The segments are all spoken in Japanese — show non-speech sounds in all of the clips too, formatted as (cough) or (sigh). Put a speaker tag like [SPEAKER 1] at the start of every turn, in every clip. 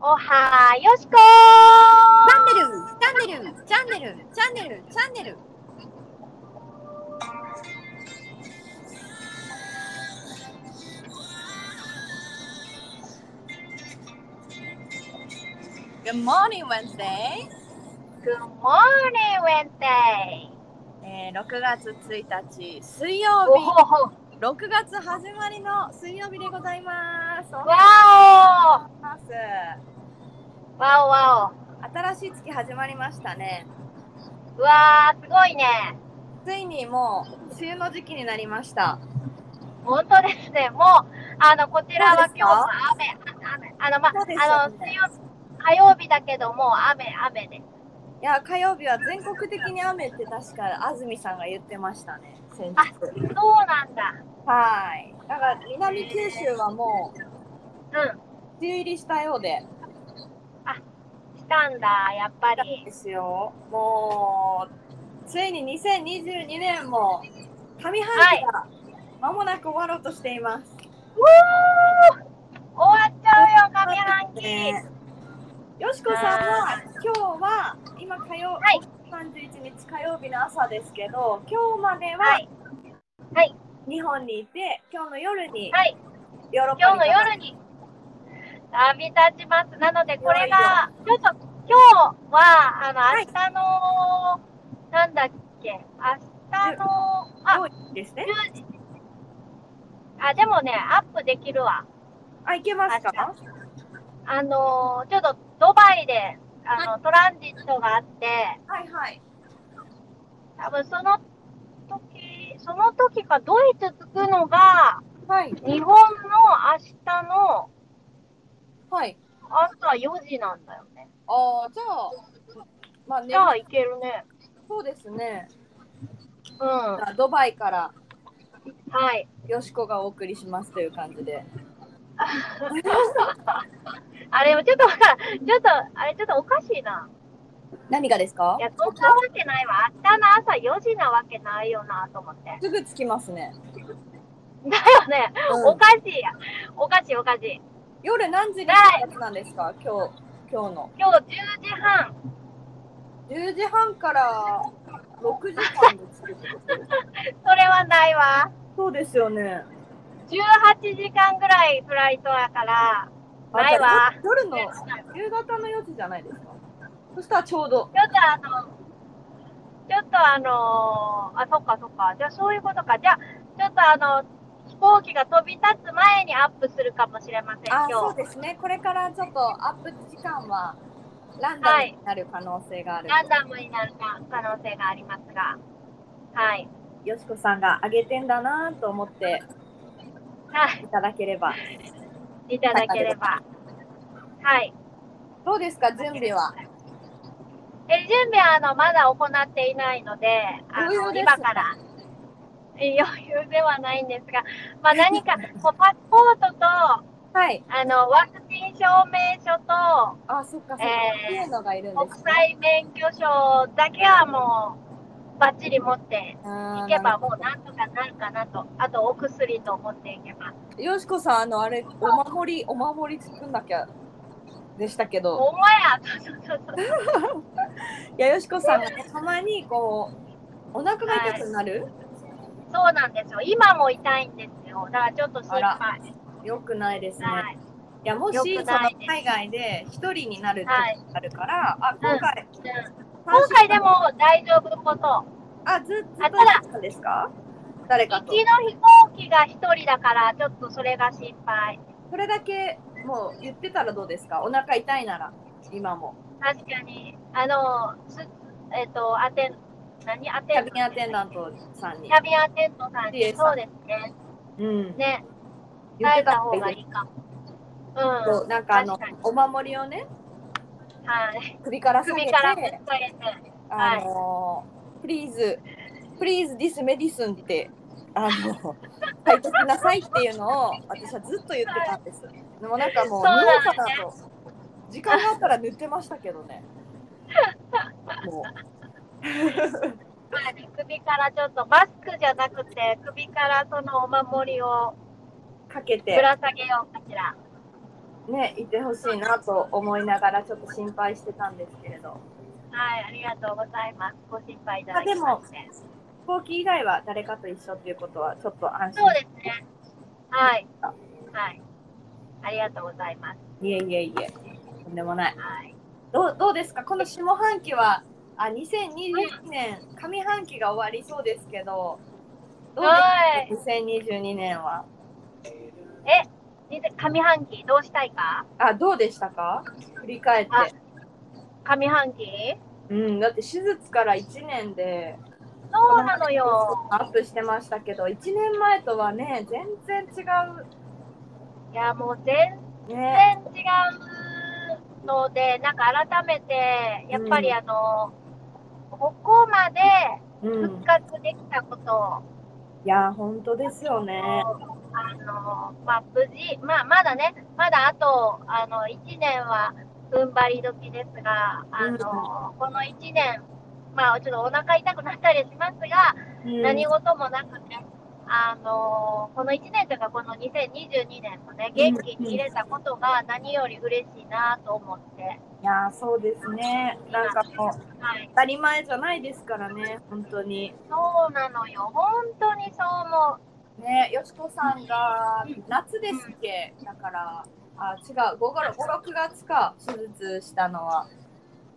[SPEAKER 1] おはよしこ
[SPEAKER 2] チャンネル、チャンネル、チャンネル、チャンネル、チャンネル。Good morning, Wednesday!
[SPEAKER 1] Good morning, Wednesday!
[SPEAKER 2] えー、6月1日水曜
[SPEAKER 1] お
[SPEAKER 2] 日、
[SPEAKER 1] ほほ
[SPEAKER 2] 6月始まりの水曜日でございます。おはよ
[SPEAKER 1] わ
[SPEAKER 2] うございます。
[SPEAKER 1] おわおわ
[SPEAKER 2] 新しい月始まりましたね。
[SPEAKER 1] おうわー、すごいね。
[SPEAKER 2] ついにもう梅雨の時期になりました。
[SPEAKER 1] 本当ですね。もう、あの、こちらは
[SPEAKER 2] そうですか
[SPEAKER 1] 今日も雨、あ雨、あの、ま、
[SPEAKER 2] そうですよ
[SPEAKER 1] あの、
[SPEAKER 2] ね
[SPEAKER 1] 水曜日、火曜日だけど、もう雨、雨で。
[SPEAKER 2] いや火曜日は全国的に雨って確か安住さんが言ってましたね先日
[SPEAKER 1] あそうなんだ。
[SPEAKER 2] はいだから南九州はもう
[SPEAKER 1] う
[SPEAKER 2] 梅雨入りしたようで
[SPEAKER 1] ん、したんだ、やっぱり。
[SPEAKER 2] ですよもうついに2022年も上半期が間もなく終わろうとしています、
[SPEAKER 1] 終わっちゃうよ、上半期。
[SPEAKER 2] ねよしこさんは今日は今火曜、
[SPEAKER 1] はい
[SPEAKER 2] 31日火曜日の朝ですけど今日まで
[SPEAKER 1] は、
[SPEAKER 2] はい
[SPEAKER 1] はい、
[SPEAKER 2] 日本にいて、今日の夜に
[SPEAKER 1] はい、
[SPEAKER 2] ヨーロッパ
[SPEAKER 1] 今
[SPEAKER 2] に
[SPEAKER 1] 日の夜に旅立ちます。なので、これが、ちょっと今日は、あの、
[SPEAKER 2] はい
[SPEAKER 1] 明日の、なんだっけ、明日の、あ、
[SPEAKER 2] 夜ですね
[SPEAKER 1] 10時。あ、でもね、アップできるわ。
[SPEAKER 2] あ、行けますか
[SPEAKER 1] あのーちょっとドバイで、あの、トランジットがあって、
[SPEAKER 2] はいはい。
[SPEAKER 1] 多分その時、その時かドイツ着くのが、
[SPEAKER 2] はい。
[SPEAKER 1] 日本の明日の
[SPEAKER 2] はい。
[SPEAKER 1] 朝4時なんだよね。
[SPEAKER 2] ああ、じゃあ、まあね
[SPEAKER 1] じ、ゃあ行けるね。
[SPEAKER 2] そうですね。
[SPEAKER 1] うん。は
[SPEAKER 2] じゃあドバイから
[SPEAKER 1] い。
[SPEAKER 2] よしこがお送りしますという感じで。
[SPEAKER 1] あれ、ちょっとわからん。ちょっと、あれ、ちょっとおかしいな。
[SPEAKER 2] 何がですか
[SPEAKER 1] いや、そんなわけないわ。明日の朝4時なわけないよな、と思って。
[SPEAKER 2] すぐ着きますね。
[SPEAKER 1] だよね。
[SPEAKER 2] うん
[SPEAKER 1] おかしいや。おかしい、おかしい。
[SPEAKER 2] 夜何時に出発なんですか今日、今日の。
[SPEAKER 1] 今日10時半。
[SPEAKER 2] 10時半から6時間で着くってこと。
[SPEAKER 1] それはないわ。
[SPEAKER 2] そうですよね。
[SPEAKER 1] 18時間ぐらいフライトやから、
[SPEAKER 2] あ
[SPEAKER 1] ないわ。
[SPEAKER 2] じゃあ夜の
[SPEAKER 1] ちょっと
[SPEAKER 2] 夕方の4時じゃないですかそしたらちょうど。
[SPEAKER 1] あの、ちょっとあのあ、そっかそっか。じゃあそういうことか。じゃあ、ちょっとあの、飛行機が飛び立つ前にアップするかもしれません、
[SPEAKER 2] あ
[SPEAKER 1] 今
[SPEAKER 2] そう
[SPEAKER 1] 日。
[SPEAKER 2] ですね、これからちょっとアップ時間はランダムになる可能性がある、
[SPEAKER 1] ランダムになる可能性がありますが。はい。
[SPEAKER 2] よしこさんが上げてんだなと思って
[SPEAKER 1] はい。
[SPEAKER 2] いただければ、
[SPEAKER 1] いただければ。はい。
[SPEAKER 2] どうですか、準備は。
[SPEAKER 1] え、準備はあの、まだ行っていないので、あ
[SPEAKER 2] 余
[SPEAKER 1] の、
[SPEAKER 2] 裕です
[SPEAKER 1] 今から、え余裕ではないんですが、まあ何
[SPEAKER 2] (laughs)
[SPEAKER 1] か、こうパスポートと、あ
[SPEAKER 2] はい、
[SPEAKER 1] の、ワクチン証明書と、
[SPEAKER 2] あ、そっか、そっか、
[SPEAKER 1] えー
[SPEAKER 2] っていうのがいるん
[SPEAKER 1] 国
[SPEAKER 2] ですね。
[SPEAKER 1] 際免許証だけはもう、バッチリ持ってい
[SPEAKER 2] 行
[SPEAKER 1] けば、もうなんとかなるかなと、あとお薬と持っていけば。
[SPEAKER 2] よしこさん、あの、あれ、お守り、お守り作んなきゃでしたけど、
[SPEAKER 1] お前や、 (laughs) そうそうそうそう。
[SPEAKER 2] いや、よしこさんがねたまに、こう、お腹が痛くなる、
[SPEAKER 1] そうなんですよ。今も痛いんですよ。だからちょっと心配。
[SPEAKER 2] あ
[SPEAKER 1] はい。
[SPEAKER 2] よくないですね。いやもし
[SPEAKER 1] よ
[SPEAKER 2] そ
[SPEAKER 1] くないです
[SPEAKER 2] の海外で一人になるってことがあるから、あ今回、
[SPEAKER 1] うん今回でも大丈夫こと。
[SPEAKER 2] あずずっと
[SPEAKER 1] あただ
[SPEAKER 2] だったんですか誰か
[SPEAKER 1] 行
[SPEAKER 2] と
[SPEAKER 1] きの飛行機が一人だから、ちょっとそれが心配。
[SPEAKER 2] それだけもう言ってたらどうですかお腹痛いなら今も
[SPEAKER 1] 確かに、あの、すえっ、と、アテン、何ア
[SPEAKER 2] キ
[SPEAKER 1] テ
[SPEAKER 2] ャ
[SPEAKER 1] ン
[SPEAKER 2] ビンアテンダントさん
[SPEAKER 1] キ
[SPEAKER 2] に、
[SPEAKER 1] ャビンアテントさん
[SPEAKER 2] PA
[SPEAKER 1] に、
[SPEAKER 2] さん
[SPEAKER 1] そうですね。
[SPEAKER 2] うん、
[SPEAKER 1] ね、
[SPEAKER 2] 言っ
[SPEAKER 1] 耐
[SPEAKER 2] て
[SPEAKER 1] えた
[SPEAKER 2] た方
[SPEAKER 1] 方
[SPEAKER 2] が
[SPEAKER 1] が
[SPEAKER 2] い
[SPEAKER 1] い
[SPEAKER 2] い
[SPEAKER 1] いかも。
[SPEAKER 2] そう
[SPEAKER 1] うん。
[SPEAKER 2] なんかあの
[SPEAKER 1] 確かに
[SPEAKER 2] お守りをね
[SPEAKER 1] はい。
[SPEAKER 2] 首から下げ
[SPEAKER 1] 首
[SPEAKER 2] て
[SPEAKER 1] からぶっ下げて。
[SPEAKER 2] あのプリーズプリーズディスメディスンってあの書いてきなさいっていうのを私はずっと言ってたんです。でもなんか
[SPEAKER 1] そう
[SPEAKER 2] もう見よう
[SPEAKER 1] だ
[SPEAKER 2] かなと時間があったら塗ってましたけどね。も
[SPEAKER 1] はい首からちょっと、マスクじゃなくて、首からそのお守りを
[SPEAKER 2] うかけ
[SPEAKER 1] ぶ
[SPEAKER 2] て
[SPEAKER 1] ら下げようかしら。
[SPEAKER 2] ね、いてほしいなと思いながらちょっと心配してたんですけれど
[SPEAKER 1] はい、ありがとうございます。ご心配いただ
[SPEAKER 2] あで
[SPEAKER 1] き
[SPEAKER 2] も
[SPEAKER 1] まして。
[SPEAKER 2] 飛行機以外は誰かと一緒っていうことはちょっと安心
[SPEAKER 1] そうですね。はい。はい。ありがとうございます。
[SPEAKER 2] いえいえいえとんでもない
[SPEAKER 1] はい。
[SPEAKER 2] どうどうですかこの下半期はあ2022年上半期が終わりそうですけどどう
[SPEAKER 1] はい
[SPEAKER 2] ですか2022年は
[SPEAKER 1] で上半期どうしたいか
[SPEAKER 2] あどうでしたか振り返って
[SPEAKER 1] あ上半期
[SPEAKER 2] うんだって手術から1年で
[SPEAKER 1] そうなのよ。
[SPEAKER 2] アップしてましたけど1年前とはね全然違
[SPEAKER 1] いや、もう全
[SPEAKER 2] うね
[SPEAKER 1] 然違うので、なんか改めて、やっぱりあの、ここまで
[SPEAKER 2] う
[SPEAKER 1] 復
[SPEAKER 2] ん
[SPEAKER 1] 活できたことを、
[SPEAKER 2] いや本当ですよね
[SPEAKER 1] あのまあ、無事、まあ、まだね、まだあとあの1年は踏ん張り時ですが、あのこの1年、まあ、ちょっとお腹痛くなったりしますが、何事もなくね、あのこの1年というか、この2022年もね、元気に入れたことが何より嬉しいなと思って、
[SPEAKER 2] いやそうですねなんかもう
[SPEAKER 1] はい、
[SPEAKER 2] 当たり前じゃないですからね本当に
[SPEAKER 1] そうなのよ、本当にそう思う。
[SPEAKER 2] ね、よしこさんが
[SPEAKER 1] うん
[SPEAKER 2] 夏ですっけ、だから、あ、違う、五月、五六月か、手術したのは。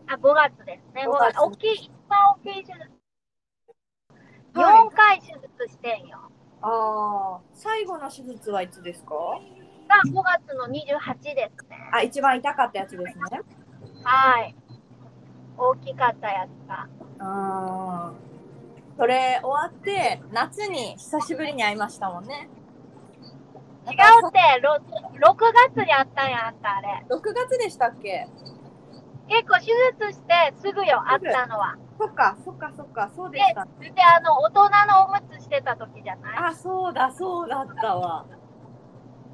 [SPEAKER 1] あ5月ですね、
[SPEAKER 2] 5
[SPEAKER 1] 5
[SPEAKER 2] 月
[SPEAKER 1] 月大きい、一番大きい手術、
[SPEAKER 2] はい
[SPEAKER 1] 4回手術してんよ。
[SPEAKER 2] ああ、最後の手術はいつですか。
[SPEAKER 1] が5月の28ですね。
[SPEAKER 2] あ、一番痛かったやつですね。
[SPEAKER 1] はい。大きかったやつが。
[SPEAKER 2] ああ。それ終わって、夏に久しぶりに会いましたもんね。
[SPEAKER 1] 違
[SPEAKER 2] なんか
[SPEAKER 1] うって、ろ6月にあったんや、あんたあれ。
[SPEAKER 2] 六月でしたっけ。
[SPEAKER 1] 結構手術してすぐよ、あったのは。
[SPEAKER 2] そっか、そっか、そっか、そうで
[SPEAKER 1] で
[SPEAKER 2] した。、
[SPEAKER 1] で、あの、大人のおむつしてた時じゃない
[SPEAKER 2] あ、そうだ、そうだったわ。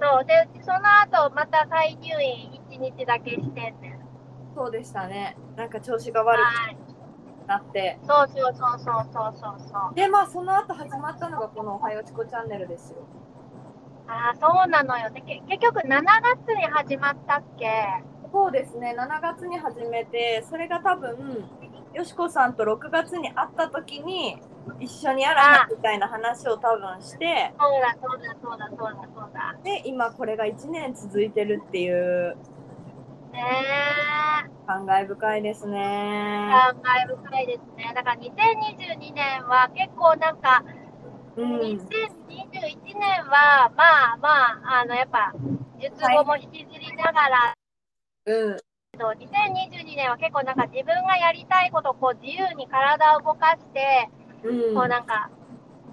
[SPEAKER 1] そう。で、その後、また再入院1日だけしてんねん。
[SPEAKER 2] そうでしたね。なんか調子が悪
[SPEAKER 1] はい。
[SPEAKER 2] くなって。
[SPEAKER 1] そうそうそうそうそうそうそう。
[SPEAKER 2] でまあその後始まったのがこの「おはようチコチャンネル」ですよ。
[SPEAKER 1] ああ、そうなのよ。で、け結局7月に始まったっけ
[SPEAKER 2] そうですね7月に始めてそれが多分よしこさんと6月に会った時に一緒にやらないみたいな話を多分して
[SPEAKER 1] そうだ、そうだ、そうだ、そうだ、そうだ。
[SPEAKER 2] で今これが1年続いてるっていう
[SPEAKER 1] ねえ。
[SPEAKER 2] 感慨深いですね。
[SPEAKER 1] 感慨深いですね。だから2022年は結構なんか、
[SPEAKER 2] うん
[SPEAKER 1] 2021、年はまあまあ、あのやっぱ、術後も引きずりながら、
[SPEAKER 2] うん
[SPEAKER 1] けど2022年は結構なんか自分がやりたいことをこう自由に体を動かして、
[SPEAKER 2] うん
[SPEAKER 1] こうなんか、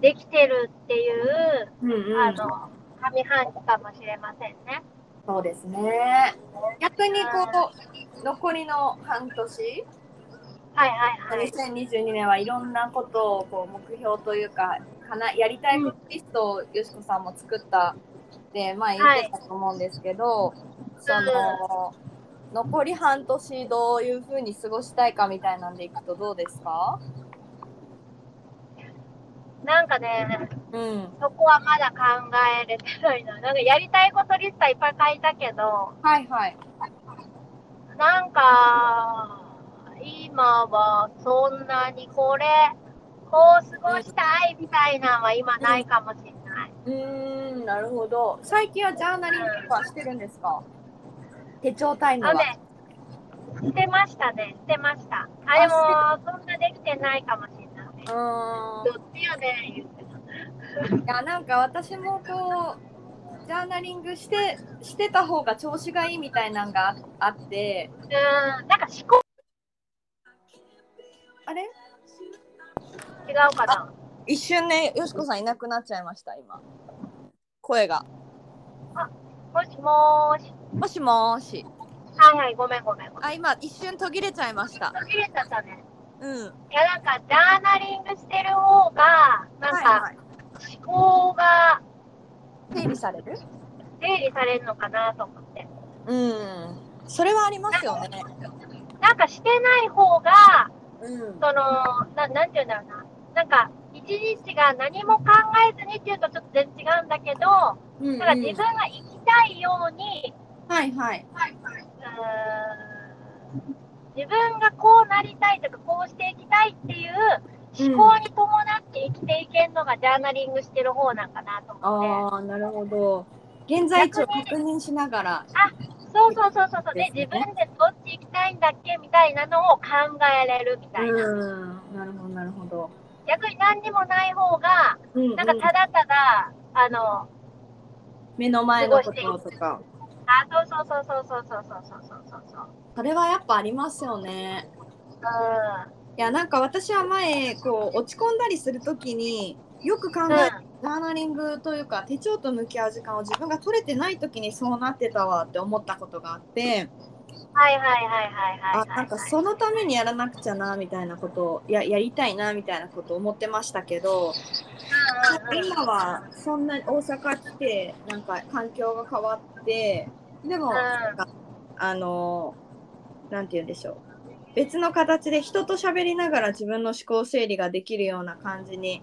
[SPEAKER 1] できてるっていう、
[SPEAKER 2] うんう
[SPEAKER 1] あ
[SPEAKER 2] ん、
[SPEAKER 1] の、上半期かもしれませんね。
[SPEAKER 2] そうですね逆にこう残りの半年
[SPEAKER 1] はいはいはい。
[SPEAKER 2] 2022年はいろんなことをこう目標というかかなやりたいことリストをよしこさんも作ったって前言ってたと思うんですけど、その残り半年どういうふうに過ごしたいかみたいなんでいくとどうですか、
[SPEAKER 1] なんかね、
[SPEAKER 2] うん、
[SPEAKER 1] そこはまだ考えれてないな。なんかやりたいことリストはいっぱい書いたけど、
[SPEAKER 2] はいはい。
[SPEAKER 1] なんか、今はそんなにこれ、こう過ごしたいみたいなのは今ないかもしれない。
[SPEAKER 2] うーんなるほど最近はジャーナリングとかしてるんですか手帳タイム
[SPEAKER 1] あ
[SPEAKER 2] は
[SPEAKER 1] の。ね、してましたね、してました。
[SPEAKER 2] あ
[SPEAKER 1] あ、でも、そんなできてないかもしれない。
[SPEAKER 2] うーん
[SPEAKER 1] どっちやねん言ってた。
[SPEAKER 2] いやなんか私もこうジャーナリングしてしてた方が調子がいいみたいなんがああって
[SPEAKER 1] うん、なんか思考
[SPEAKER 2] あれ
[SPEAKER 1] 違うかな。
[SPEAKER 2] 一瞬ねよしこさんいなくなっちゃいました今声が
[SPEAKER 1] もしもーし。
[SPEAKER 2] もしもーし
[SPEAKER 1] はいはい、ごめんごめんごめん。
[SPEAKER 2] あ今一瞬途切れちゃいました
[SPEAKER 1] 途切れちゃったね。
[SPEAKER 2] うんはい
[SPEAKER 1] や、なんかジャーナリングしてる方が、なんか
[SPEAKER 2] い
[SPEAKER 1] 思考が
[SPEAKER 2] 整理される
[SPEAKER 1] 整理されるのかなと思って。
[SPEAKER 2] うんそれはありますよね
[SPEAKER 1] なんかしてない方が、
[SPEAKER 2] うん
[SPEAKER 1] その、ななんて言うんだろうな。なんか、一日が何も考えずにっていうとちょっと全然違うんだけど、
[SPEAKER 2] うん
[SPEAKER 1] なんか自分が生きたいように
[SPEAKER 2] はいはい。
[SPEAKER 1] うーん自分がこうなりたいとかこうしていきたいっていう思考に伴って生きていけるのがジャーナリングしてる方なんかなと思って、
[SPEAKER 2] ああ、なるほど。現在地を確認しながら。
[SPEAKER 1] そうそうそうそうそうで
[SPEAKER 2] ですね
[SPEAKER 1] 自分でどっち行きたいんだっけみたいなのを考えれるみたいな、
[SPEAKER 2] ん、なるほど、なるほど。
[SPEAKER 1] 逆に何にもない方が
[SPEAKER 2] うん、
[SPEAKER 1] なんかただただ、あの
[SPEAKER 2] 目の前のこととか。
[SPEAKER 1] あそうそうそうそうそうそうそうそうそうそう
[SPEAKER 2] それはやっぱありますよね。
[SPEAKER 1] う
[SPEAKER 2] いや、なんか私は前、こう落ち込んだりするときに。よく考
[SPEAKER 1] ん、うん
[SPEAKER 2] え、ジャーナリングというか、手帳と向き合う時間を自分が取れてないときに、そうなってたわって思ったことがあって。
[SPEAKER 1] はいはいはいはいはいは
[SPEAKER 2] あ、
[SPEAKER 1] い
[SPEAKER 2] なんかそのためにやらなくちゃなみたいなことを、や、やりたいなみたいなことを思ってましたけど。
[SPEAKER 1] うんうんうん
[SPEAKER 2] 今はそんなに大阪来てなんか環境が変わってでも、あのなんて言うんでしょう別の形で人と喋りながら自分の思考整理ができるような感じに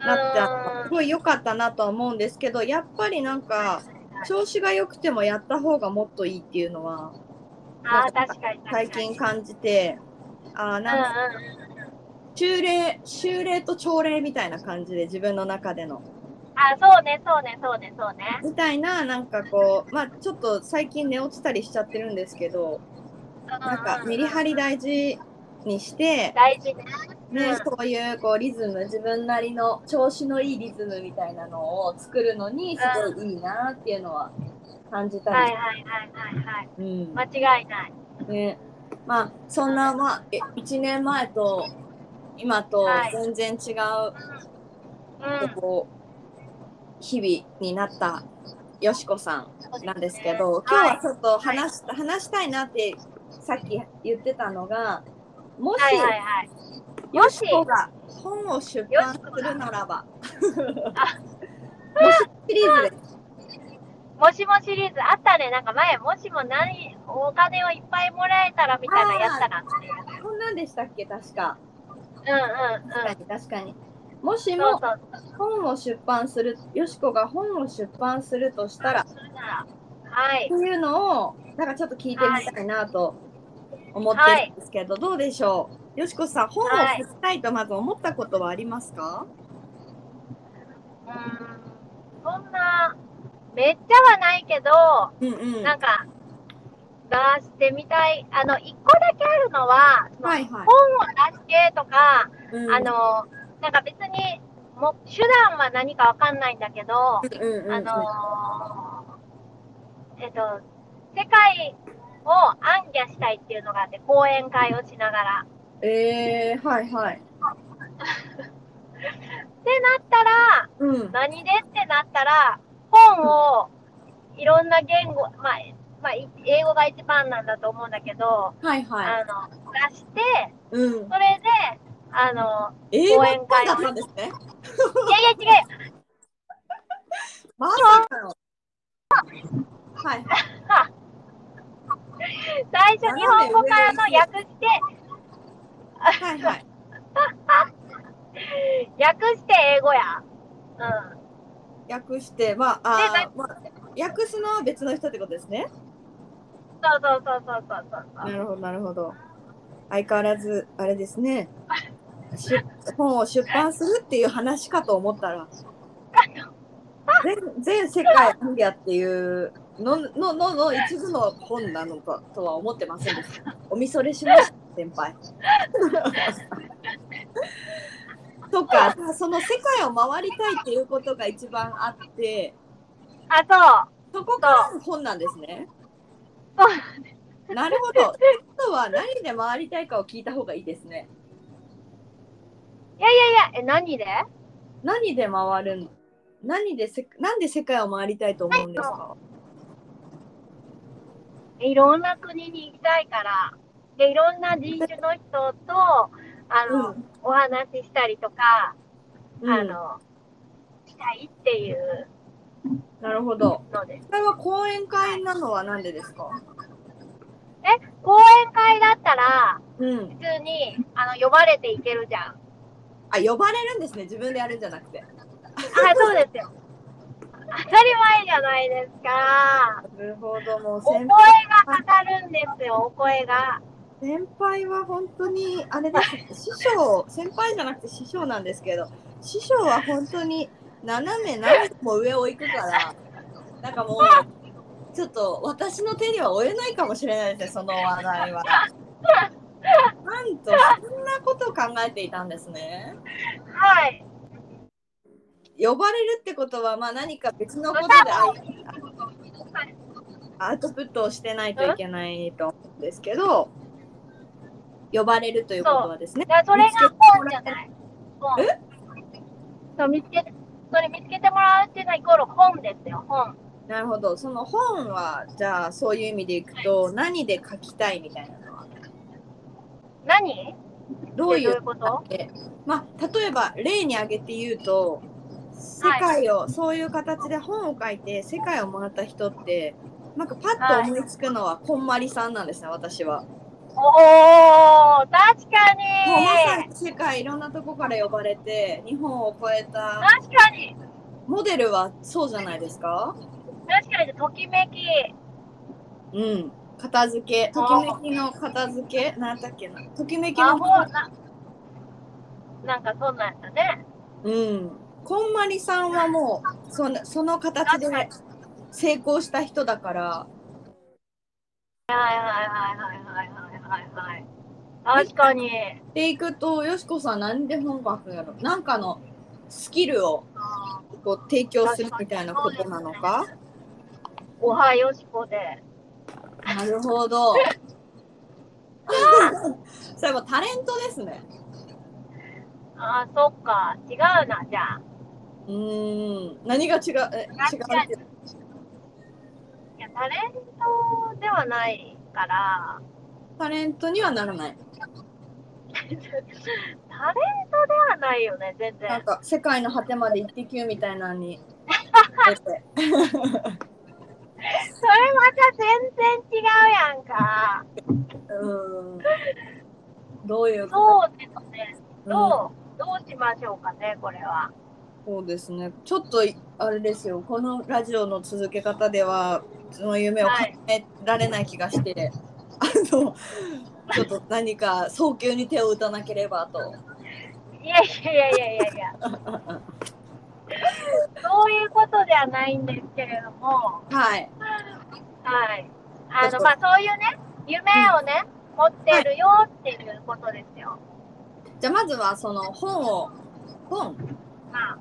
[SPEAKER 2] なってあのすごい良かったなとは思うんですけどやっぱりなんか調子が良くてもやった方がもっといいっていうのは
[SPEAKER 1] あー確かに確かに
[SPEAKER 2] 最近感じてあー
[SPEAKER 1] うん
[SPEAKER 2] なんか中例修例と朝礼みたいな感じで自分の中での。
[SPEAKER 1] うん、あそうねそうねそうねそうね
[SPEAKER 2] みたいな、なんかこう、まあちょっと最近寝落ちたりしちゃってるんですけど、なんかメリハリ大事にして、
[SPEAKER 1] 大事ねう
[SPEAKER 2] ね
[SPEAKER 1] ん、
[SPEAKER 2] そういうこうリズム、自分なりの調子のいいリズムみたいなのを作るのに、すごいいいなっていうのは感じたり、
[SPEAKER 1] はいはいはいはいはい
[SPEAKER 2] うん
[SPEAKER 1] 間違いない
[SPEAKER 2] ね、まあそんな、まあ、え1年前と今と全然違う、
[SPEAKER 1] うん
[SPEAKER 2] こう日々になったよしこさん。
[SPEAKER 1] そう
[SPEAKER 2] なん
[SPEAKER 1] ね
[SPEAKER 2] ですけど、今日はちょっと話し,、話したいなってさっき言ってたのが、もし、
[SPEAKER 1] はいはいはいはい
[SPEAKER 2] よしこが本を出版するならば、もしシリーズです。
[SPEAKER 1] もしもシリーズあったねなんか前もしも何お金をいっぱいもらえたらみたいなやったな
[SPEAKER 2] こんなんでしたっけ、確か。
[SPEAKER 1] うんうんうん
[SPEAKER 2] 確かに、確かに。もし
[SPEAKER 1] そう
[SPEAKER 2] も
[SPEAKER 1] そう
[SPEAKER 2] 本を出版する、よしこが本を出版するとしたら、っ
[SPEAKER 1] それならはい
[SPEAKER 2] ていうのを、なんかちょっと聞いてみたいなと思ってるんですけど、どうでしょう。よしこさん、本を出したいとまず思ったことはありますか、
[SPEAKER 1] うーんそんなめっちゃはないけど
[SPEAKER 2] うんうん
[SPEAKER 1] なんか出してみたいあの一個だけあるのはその
[SPEAKER 2] はいはい。
[SPEAKER 1] 本を出してとか
[SPEAKER 2] うん
[SPEAKER 1] あ、の、なんか別に、もう手段は何かわかんないんだけど、
[SPEAKER 2] うんうんうん、
[SPEAKER 1] あのーえっと、世界を暗記したいっていうのがあって、講演会をしながら。
[SPEAKER 2] えー、はいはい。
[SPEAKER 1] ってなったら、
[SPEAKER 2] うん。
[SPEAKER 1] 何でってなったら、本をいろんな言語、まあ、まあ、い英語が一番なんだと思うんだけど、
[SPEAKER 2] はいはい。
[SPEAKER 1] あの、出して、
[SPEAKER 2] う
[SPEAKER 1] それで、
[SPEAKER 2] ん。
[SPEAKER 1] あ
[SPEAKER 2] (laughs)
[SPEAKER 1] の、
[SPEAKER 2] 英語
[SPEAKER 1] 講演会
[SPEAKER 2] だったんです
[SPEAKER 1] い
[SPEAKER 2] ね。
[SPEAKER 1] やいや違うよ
[SPEAKER 2] マジかよ。はいはい。
[SPEAKER 1] 最初日本語からの訳して、
[SPEAKER 2] はいはい。
[SPEAKER 1] 訳して英語や。うん。
[SPEAKER 2] 訳して、まあ、
[SPEAKER 1] で
[SPEAKER 2] あ
[SPEAKER 1] な
[SPEAKER 2] ーまあ、訳すのは別の人ってことですね。
[SPEAKER 1] そうそうそうそうそうそう。
[SPEAKER 2] なるほど、なるほど。相変わらず、あれですね。し本を出版するっていう話かと思ったら、全全世界アンディアっていうのののの一部の本なのかとは思ってませんでした。おみそれしました、先輩。 (laughs) とか、その世界を回りたいっていうことが一番あって、
[SPEAKER 1] あ、
[SPEAKER 2] そこからの本なんですね。
[SPEAKER 1] そう。
[SPEAKER 2] なるほど。ってことは何で回りたいかを聞いた方がいいですね。
[SPEAKER 1] そう。いやいやいや、え、何で
[SPEAKER 2] 何で回るの何でせなんで世界を回りたいと思うんですか
[SPEAKER 1] いろんな国に行きたいから、で、いろんな人種の人と、あの、
[SPEAKER 2] うん
[SPEAKER 1] お話ししたりとか、
[SPEAKER 2] うん
[SPEAKER 1] あの、したいっていう
[SPEAKER 2] なるほど。
[SPEAKER 1] ので。
[SPEAKER 2] それは講演会なのは何でですか
[SPEAKER 1] 講演会だったら、
[SPEAKER 2] うん。
[SPEAKER 1] 普通に、あの、呼ばれていけるじ
[SPEAKER 2] (laughs)
[SPEAKER 1] ゃん。あ、
[SPEAKER 2] あ、呼ばれるんですね。自分でやるんじゃなくて。
[SPEAKER 1] そうですよ。当たり前じゃないですか。
[SPEAKER 3] なるほど、もう
[SPEAKER 1] お声
[SPEAKER 3] 先
[SPEAKER 1] が語るんですよ、お声が。
[SPEAKER 2] 先輩は本当にあれです師匠先輩じゃなくて師匠なんですけど師匠は本当に (laughs) 斜め何個も上を行くからなんかもうちょっと私の手には負えないかもしれないですねその話題は。なんとそんなことを考えていたんですね。
[SPEAKER 1] はい。
[SPEAKER 2] 呼ばれるってことはまあ何か別のことであアウトプットをしてないといけないと思うんですけど呼ばれるということはですね
[SPEAKER 1] だからそれが本じゃない。本。
[SPEAKER 2] え
[SPEAKER 1] そう見つけて、それ見つけてもらうっていうのはイコール本ですよ、本。
[SPEAKER 2] なるほど。その本は、じゃあ、そういう意味でいくと、何で書きたいみたいなのは、
[SPEAKER 1] 何
[SPEAKER 2] どうい
[SPEAKER 1] どういううこ
[SPEAKER 2] だ
[SPEAKER 1] と
[SPEAKER 2] って、まあ、例えば、例に挙げて言うと、世界を、そういう形で本を書いて、世界をもらった人って、なんかパッと思いつくのは、こんまりさんなんですね、私は。もう
[SPEAKER 1] おー、確かに
[SPEAKER 2] まさに世界いろんなとこから呼ばれて、日本を超えた
[SPEAKER 1] 確かに
[SPEAKER 2] モデルはそうじゃないですか
[SPEAKER 1] 確かに、ときめき。
[SPEAKER 2] うん。片付け、ときめきの片付け、なんだっけな、ときめきの
[SPEAKER 1] 魔法な。なんかそんなんやったね。
[SPEAKER 2] うん、こんまりさんはもうそのその形で
[SPEAKER 1] 確かに
[SPEAKER 2] 成功した人だから
[SPEAKER 1] はいはいはいはいはいはいはいはい。確かに。
[SPEAKER 2] でいくとよしこさんなんで本書くんやろなんかのスキルをこう提供するみたいなことなのか
[SPEAKER 1] おはよしこで。
[SPEAKER 2] (laughs) なるほどそれもタレントですね
[SPEAKER 1] ああ、そっか。違うな、じゃあ。
[SPEAKER 2] うーん何が違うえ違うって
[SPEAKER 1] いや、タレントではないから、
[SPEAKER 2] タレントにはならない
[SPEAKER 1] タレントではないよね、全
[SPEAKER 2] なん
[SPEAKER 1] 然。
[SPEAKER 2] か世界の果てまで行ってきゅみたいなのに (laughs) 出て
[SPEAKER 1] それまた全然違うやんか。
[SPEAKER 2] うーんどういう
[SPEAKER 1] そうですね。
[SPEAKER 2] うん
[SPEAKER 1] どう、どうしましょうかね、これは。
[SPEAKER 2] そうですね。ちょっといあれですよ。このラジオの続け方ではその夢を
[SPEAKER 1] はい
[SPEAKER 2] 叶えられない気がして、あのちょっと何か早急に手を打たなければと。
[SPEAKER 1] いやいやいやいやいやいや。そういうことではないんですけれども、
[SPEAKER 2] はい。
[SPEAKER 1] はい。あ
[SPEAKER 2] そうそ
[SPEAKER 1] の、
[SPEAKER 2] う
[SPEAKER 1] まあ、そういうね、夢をね、持ってるよっていうことですよ。
[SPEAKER 2] じゃあまずはその本を本
[SPEAKER 1] まあ、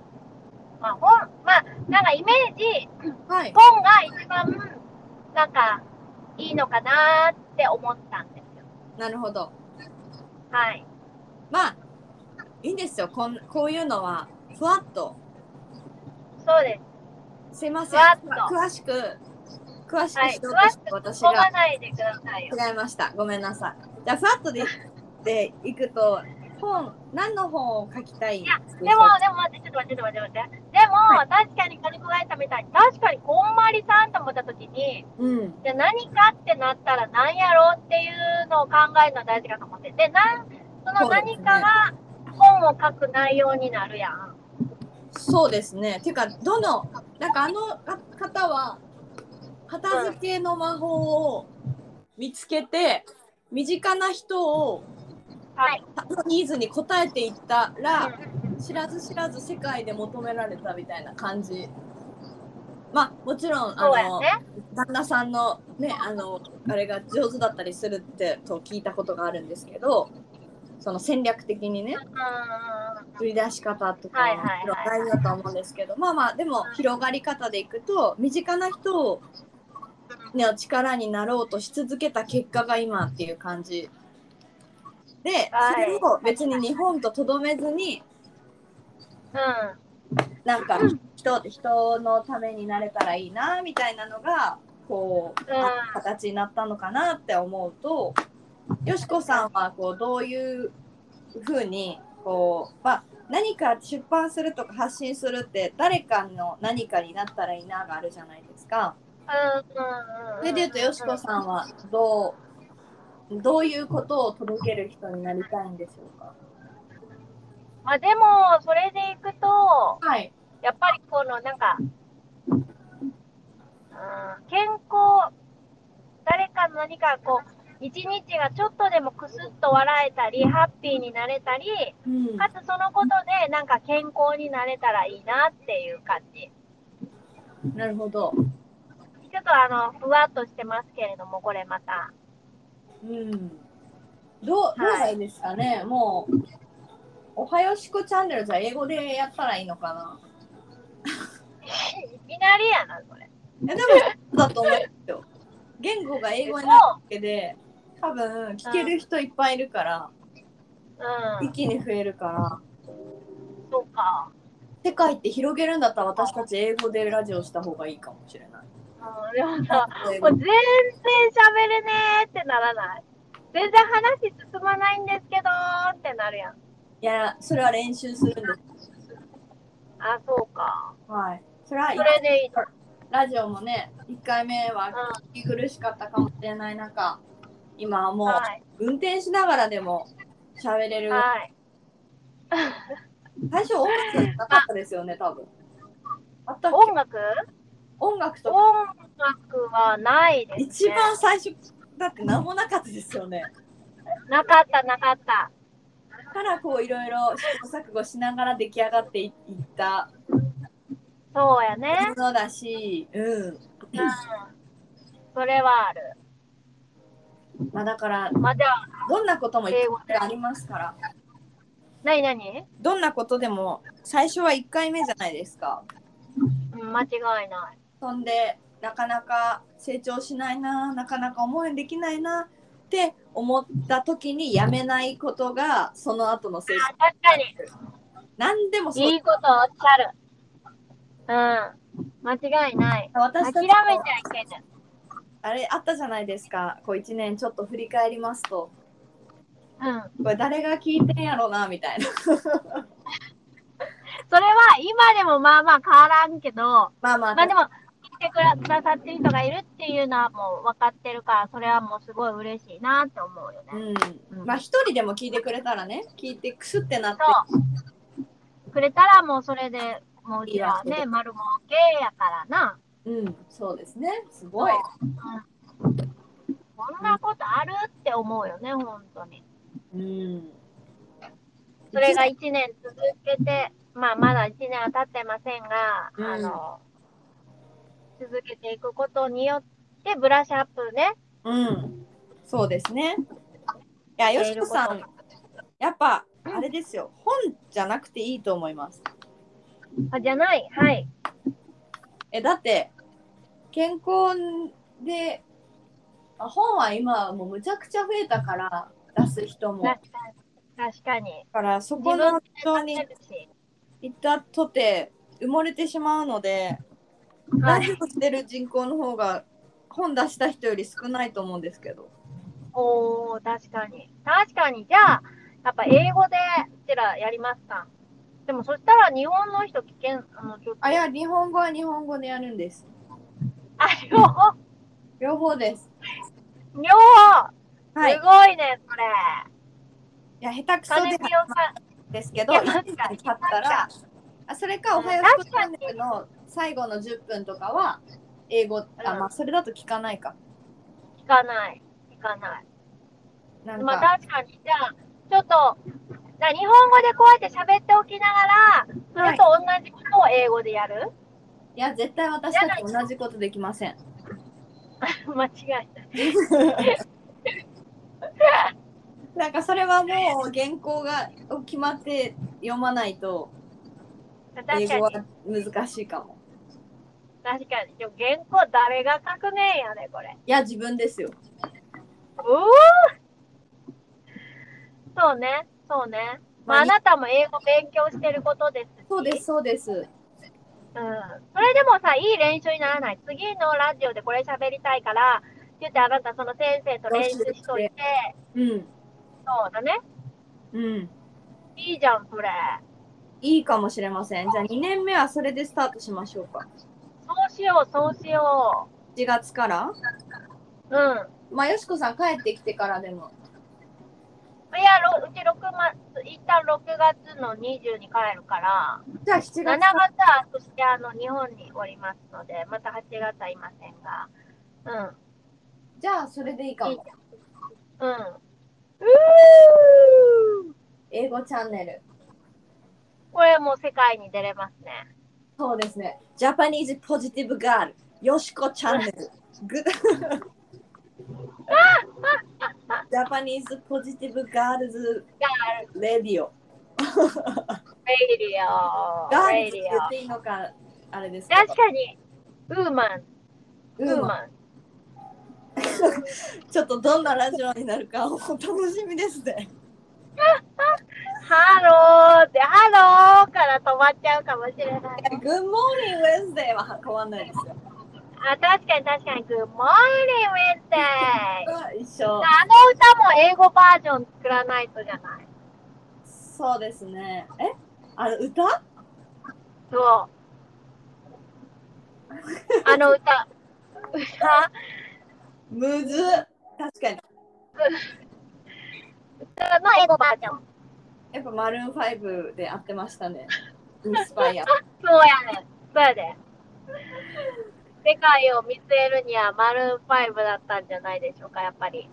[SPEAKER 1] まあ、本、まあ、なんかイメージ、
[SPEAKER 2] はい
[SPEAKER 1] 本が一番、なんか、いいのかなーって思ったんですよ。
[SPEAKER 2] なるほど。
[SPEAKER 1] はい。
[SPEAKER 2] まあいいんですよ。こんこういうのはふわっと。
[SPEAKER 1] そうです。
[SPEAKER 2] すいません。
[SPEAKER 1] ふわっと
[SPEAKER 2] 詳しく詳しく
[SPEAKER 1] はい
[SPEAKER 2] しようとして、
[SPEAKER 1] ふ
[SPEAKER 2] 私
[SPEAKER 1] 飛
[SPEAKER 2] が
[SPEAKER 1] ばないでくださいよ。
[SPEAKER 2] 違いました。ごめんなさい。じゃあ、ふわっとで、で、いくと、本、何の本を書きたい
[SPEAKER 1] いやでも、でも待って、ちょっと待って、ちょっと待って、ちょっと待って。でも、確かにカニコが言ったみたいに、確かにこんまりさんと思ったときに、
[SPEAKER 2] うん。
[SPEAKER 1] じゃあ何かってなったら何やろうっていうのを考えるのは大事かと思って。で、なん、その何かが本を書く内容になるやん。
[SPEAKER 2] そうですね。ていうか、どの、なんかあのあ方は、片付けの魔法を見つけて、身近な人を、
[SPEAKER 1] はい。
[SPEAKER 2] あのニーズに応えていった
[SPEAKER 1] うん
[SPEAKER 2] ら、知らず知らず世界で求められたみたいな感じ。まあ、もちろん、あ
[SPEAKER 1] そうや
[SPEAKER 2] の、
[SPEAKER 1] ね。
[SPEAKER 2] 旦那さんのねあのあれが上手だったりするってと聞いたことがあるんですけどその戦略的にね
[SPEAKER 1] う
[SPEAKER 2] 売り出し方とか
[SPEAKER 1] はい
[SPEAKER 2] も
[SPEAKER 1] はいはい
[SPEAKER 2] ちろん大事だと思うんですけどまあまあでも広がり方でいくと身近な人を、ね、力になろうとし続けた結果が今っていう感じで
[SPEAKER 1] はい
[SPEAKER 2] それを別に日本ととどめずに
[SPEAKER 1] ん。うん。
[SPEAKER 2] なんか人人のためになれたらいいなみたいなのがこう、
[SPEAKER 1] うん
[SPEAKER 2] あ形になったのかなって思うとよしこさんはこうどういうふうにこう、まあ、何か出版するとか発信するって誰かの何かになったらいいながあるじゃないですか。
[SPEAKER 1] うん。うん。
[SPEAKER 2] それで言うとよしこさんはどうどういうことを届ける人になりたいんでしょうか
[SPEAKER 1] まあでも、それでいくと、
[SPEAKER 2] はい、
[SPEAKER 1] やっぱりこのなんか、うん健康、誰かの何かこう、一日がちょっとでもくすっと笑えたり、ハッピーになれたり、
[SPEAKER 2] うん
[SPEAKER 1] かつそのことでなんか健康になれたらいいなっていう感じ。
[SPEAKER 2] なるほど。
[SPEAKER 1] ちょっとあの、ふわっとしてますけれども、これまた。
[SPEAKER 3] うん。
[SPEAKER 2] どう、どう
[SPEAKER 1] はい
[SPEAKER 2] がいいですかね、もう、おはよしこチャンネルじゃ英語でやったらいいのかな。
[SPEAKER 1] いきなりやな、これ。
[SPEAKER 2] いやでも、そうだと思うんですよ。言語が英語になるだけで、多分、聞ける人いっぱいいるから、
[SPEAKER 1] う
[SPEAKER 2] 一
[SPEAKER 1] ん、
[SPEAKER 2] 気に増えるから、
[SPEAKER 1] そうか。
[SPEAKER 2] 世界って広げるんだったら私たち英語でラジオした方がいいかもしれない。
[SPEAKER 1] うん、でもさ、
[SPEAKER 2] 英
[SPEAKER 1] も
[SPEAKER 2] 語
[SPEAKER 1] う全然喋れねーってならない。全然話進まないんですけどーってなるやん。
[SPEAKER 2] いや、それは練習するんです。
[SPEAKER 1] あ、そうか。
[SPEAKER 2] はい。それは
[SPEAKER 1] それでいいの。
[SPEAKER 2] ラジオもね、1回目は
[SPEAKER 1] う
[SPEAKER 2] 聞き苦しかったかもしれない中、今は
[SPEAKER 1] ん、
[SPEAKER 2] もう
[SPEAKER 1] はい。
[SPEAKER 2] 運転しながらでも喋れる。
[SPEAKER 1] はい。
[SPEAKER 2] 最初音楽なかったですよね、多分。あったっけ
[SPEAKER 1] 音楽
[SPEAKER 2] 音楽とか
[SPEAKER 1] 音楽はないです、ね。
[SPEAKER 2] 一番最初だって何もなかったですよね。
[SPEAKER 1] なかった、なかった。
[SPEAKER 2] だからこういろいろ試行錯誤しながら出来上がっていった
[SPEAKER 1] そうやね
[SPEAKER 2] も。のだし、うん。
[SPEAKER 1] うん。それはある。
[SPEAKER 2] まあだから、
[SPEAKER 1] まあ、じゃあ、
[SPEAKER 2] どんなことも一回ありますから。
[SPEAKER 1] なになに
[SPEAKER 2] どんなことでも最初は1回目じゃないですか。
[SPEAKER 1] うん、間違いない。
[SPEAKER 2] そんでなかなか成長しないななかなか応援できないなって思った時にやめないことがその後の成長
[SPEAKER 1] あ、確かに。
[SPEAKER 2] 何でもそう
[SPEAKER 1] いいことおっしゃる。うん。間違いない。
[SPEAKER 2] 私
[SPEAKER 1] 諦
[SPEAKER 2] たち
[SPEAKER 1] め
[SPEAKER 2] も
[SPEAKER 1] ちゃいけない。
[SPEAKER 2] あれあったじゃないですかこう1年ちょっと振り返りますと
[SPEAKER 1] うん。
[SPEAKER 2] これ誰が聞いてんやろなみたいな (laughs)
[SPEAKER 1] それは今でもまあまあ変わらんけど、
[SPEAKER 2] まあまあ、
[SPEAKER 1] まあでも、来てくださってる人がいるっていうのはもう分かってるから、それはもうすごい嬉しいなって思うよね。
[SPEAKER 2] うんまあ一人でも聞いてくれたらね聞いてくすってなって
[SPEAKER 1] そう。くれたらもうそれで、もううちはい
[SPEAKER 2] いわ
[SPEAKER 1] ね、丸儲けやからな。
[SPEAKER 2] うんそうですねすごい
[SPEAKER 1] こんなことあるって思うよね、本当に。
[SPEAKER 2] うん
[SPEAKER 1] それが1年続けて、まあまだ1年は経ってませんが、
[SPEAKER 2] うん
[SPEAKER 1] あの、続けていくことによって、ブラッシュアップね、
[SPEAKER 2] うん、そうですね。いや、よしこさ
[SPEAKER 1] やれ
[SPEAKER 2] ん
[SPEAKER 1] る、
[SPEAKER 2] やっぱ、あれですよ、本じゃなくていいと思います。
[SPEAKER 1] あじゃない、はい。
[SPEAKER 2] え、だって、健康で、あ本は今はもうむちゃくちゃ増えたから、出す人も。だ
[SPEAKER 1] 確かに。確かに。
[SPEAKER 2] から、そこ
[SPEAKER 1] 自
[SPEAKER 2] の
[SPEAKER 1] 分
[SPEAKER 2] 本
[SPEAKER 1] で
[SPEAKER 2] 当
[SPEAKER 1] 立
[SPEAKER 2] に
[SPEAKER 1] てるし。
[SPEAKER 2] 行ったとて、埋もれてしまうので、
[SPEAKER 1] は
[SPEAKER 2] ラジ
[SPEAKER 1] い。
[SPEAKER 2] オしてる人口の方が、本出した人より少ないと思うんですけど。
[SPEAKER 1] おー、確かに。確かに。じゃあ、やっぱ英語で、うちらやりますか。でもそしたら日本の人危険、あの、ちょっと。
[SPEAKER 2] あ、いや、日本語は日本語でやるんです。
[SPEAKER 1] あ、両方。
[SPEAKER 2] 両方です。
[SPEAKER 1] 両方。
[SPEAKER 2] はい。
[SPEAKER 1] すごいね、これ。
[SPEAKER 2] いや、下手くそ
[SPEAKER 1] 金
[SPEAKER 2] で
[SPEAKER 1] ピオさん。
[SPEAKER 2] ですけど、
[SPEAKER 1] いや
[SPEAKER 2] 1
[SPEAKER 1] 確
[SPEAKER 2] 年
[SPEAKER 1] かに
[SPEAKER 2] 経ったら、あそれか、おはよう
[SPEAKER 1] 確
[SPEAKER 2] チャ
[SPEAKER 1] か
[SPEAKER 2] ン
[SPEAKER 1] に
[SPEAKER 2] ネルの最後の10分とかは、英語、あ、
[SPEAKER 1] うん
[SPEAKER 2] まあ、それだと聞かないか。
[SPEAKER 1] 聞かない。聞かない。
[SPEAKER 2] なんか、
[SPEAKER 1] まあ確かに。じゃあ、ちょっと、じゃあ日本語でこうやって喋っておきながら、
[SPEAKER 2] はい
[SPEAKER 1] ちょっと同じことを英語でやる (laughs)
[SPEAKER 2] いや、絶対私たち同じことできません。
[SPEAKER 1] 間違いない。
[SPEAKER 2] なんか、それはもう原稿が決まって読まないと、
[SPEAKER 1] 確
[SPEAKER 2] 英語
[SPEAKER 1] か
[SPEAKER 2] は
[SPEAKER 1] に。
[SPEAKER 2] 難しいかも。
[SPEAKER 1] 確かに。でも原稿誰が書くねんやね、これ。
[SPEAKER 2] いや、自分ですよ。
[SPEAKER 1] うおそうね、そうね。まあ、あ
[SPEAKER 2] まあ
[SPEAKER 1] なたも英語勉強してることですし。
[SPEAKER 2] そうです、。そうです。
[SPEAKER 1] うん。それでもさ、いい練習にならない。次のラジオでこれ喋りたいから、って言ってあなたその先生と練習しといて、
[SPEAKER 2] うん。
[SPEAKER 1] そうだね。
[SPEAKER 2] うん。
[SPEAKER 1] いいじゃん、それ。
[SPEAKER 2] いいかもしれません。じゃあ、2年目はそれでスタートしましょうか。
[SPEAKER 1] そうしよう、そうしよ
[SPEAKER 2] 1月から
[SPEAKER 1] う。うん。
[SPEAKER 2] まあ、よしこさん帰ってきてからでも。
[SPEAKER 1] まあ、部屋ろ、うち6月、一旦6月の20に帰るから、
[SPEAKER 2] じゃあ7月
[SPEAKER 1] 7月はそしてあの日本におりますので、また8月はいませんが、
[SPEAKER 3] じゃあそれでいいかも。
[SPEAKER 1] うん、うん。
[SPEAKER 3] 英語チャンネル。
[SPEAKER 1] これもう世界に出れますね。
[SPEAKER 3] そうですね。
[SPEAKER 2] ジャパニーズポジティブガール、よしこチャンネル。グッジャパニーズポジティブガールズレディオ。
[SPEAKER 1] レイリオ
[SPEAKER 2] ガー
[SPEAKER 1] レ
[SPEAKER 2] ル
[SPEAKER 1] イ
[SPEAKER 2] ズ
[SPEAKER 1] リ
[SPEAKER 2] って
[SPEAKER 1] オ
[SPEAKER 2] 言っていいのか、あれですけ
[SPEAKER 1] 確
[SPEAKER 2] ど。
[SPEAKER 1] かに、ウーマン、
[SPEAKER 3] う
[SPEAKER 1] ウー
[SPEAKER 3] ん。
[SPEAKER 1] マン。
[SPEAKER 2] ちょっとどんなラジオになるか、お楽しみですね。
[SPEAKER 1] ハローって、ハローから止まっちゃうかもしれない。
[SPEAKER 2] グッモーニングウェンズデーは変わんないですよ。
[SPEAKER 1] あ、確かに確かに、Good morning, Wednesday!
[SPEAKER 2] 一緒。
[SPEAKER 1] あの歌も英語バージョン作らないとじゃない。
[SPEAKER 2] そうですね。えあの歌
[SPEAKER 1] そう。あの歌。歌
[SPEAKER 2] むずっ確かに。
[SPEAKER 1] 歌の英語バージョン。
[SPEAKER 2] やっぱマルーン5で合ってましたね。インスパイア。
[SPEAKER 1] そうやねん。そうやで。世界を見据えるにはマルーン5だったんじゃないでしょうか、やっぱり。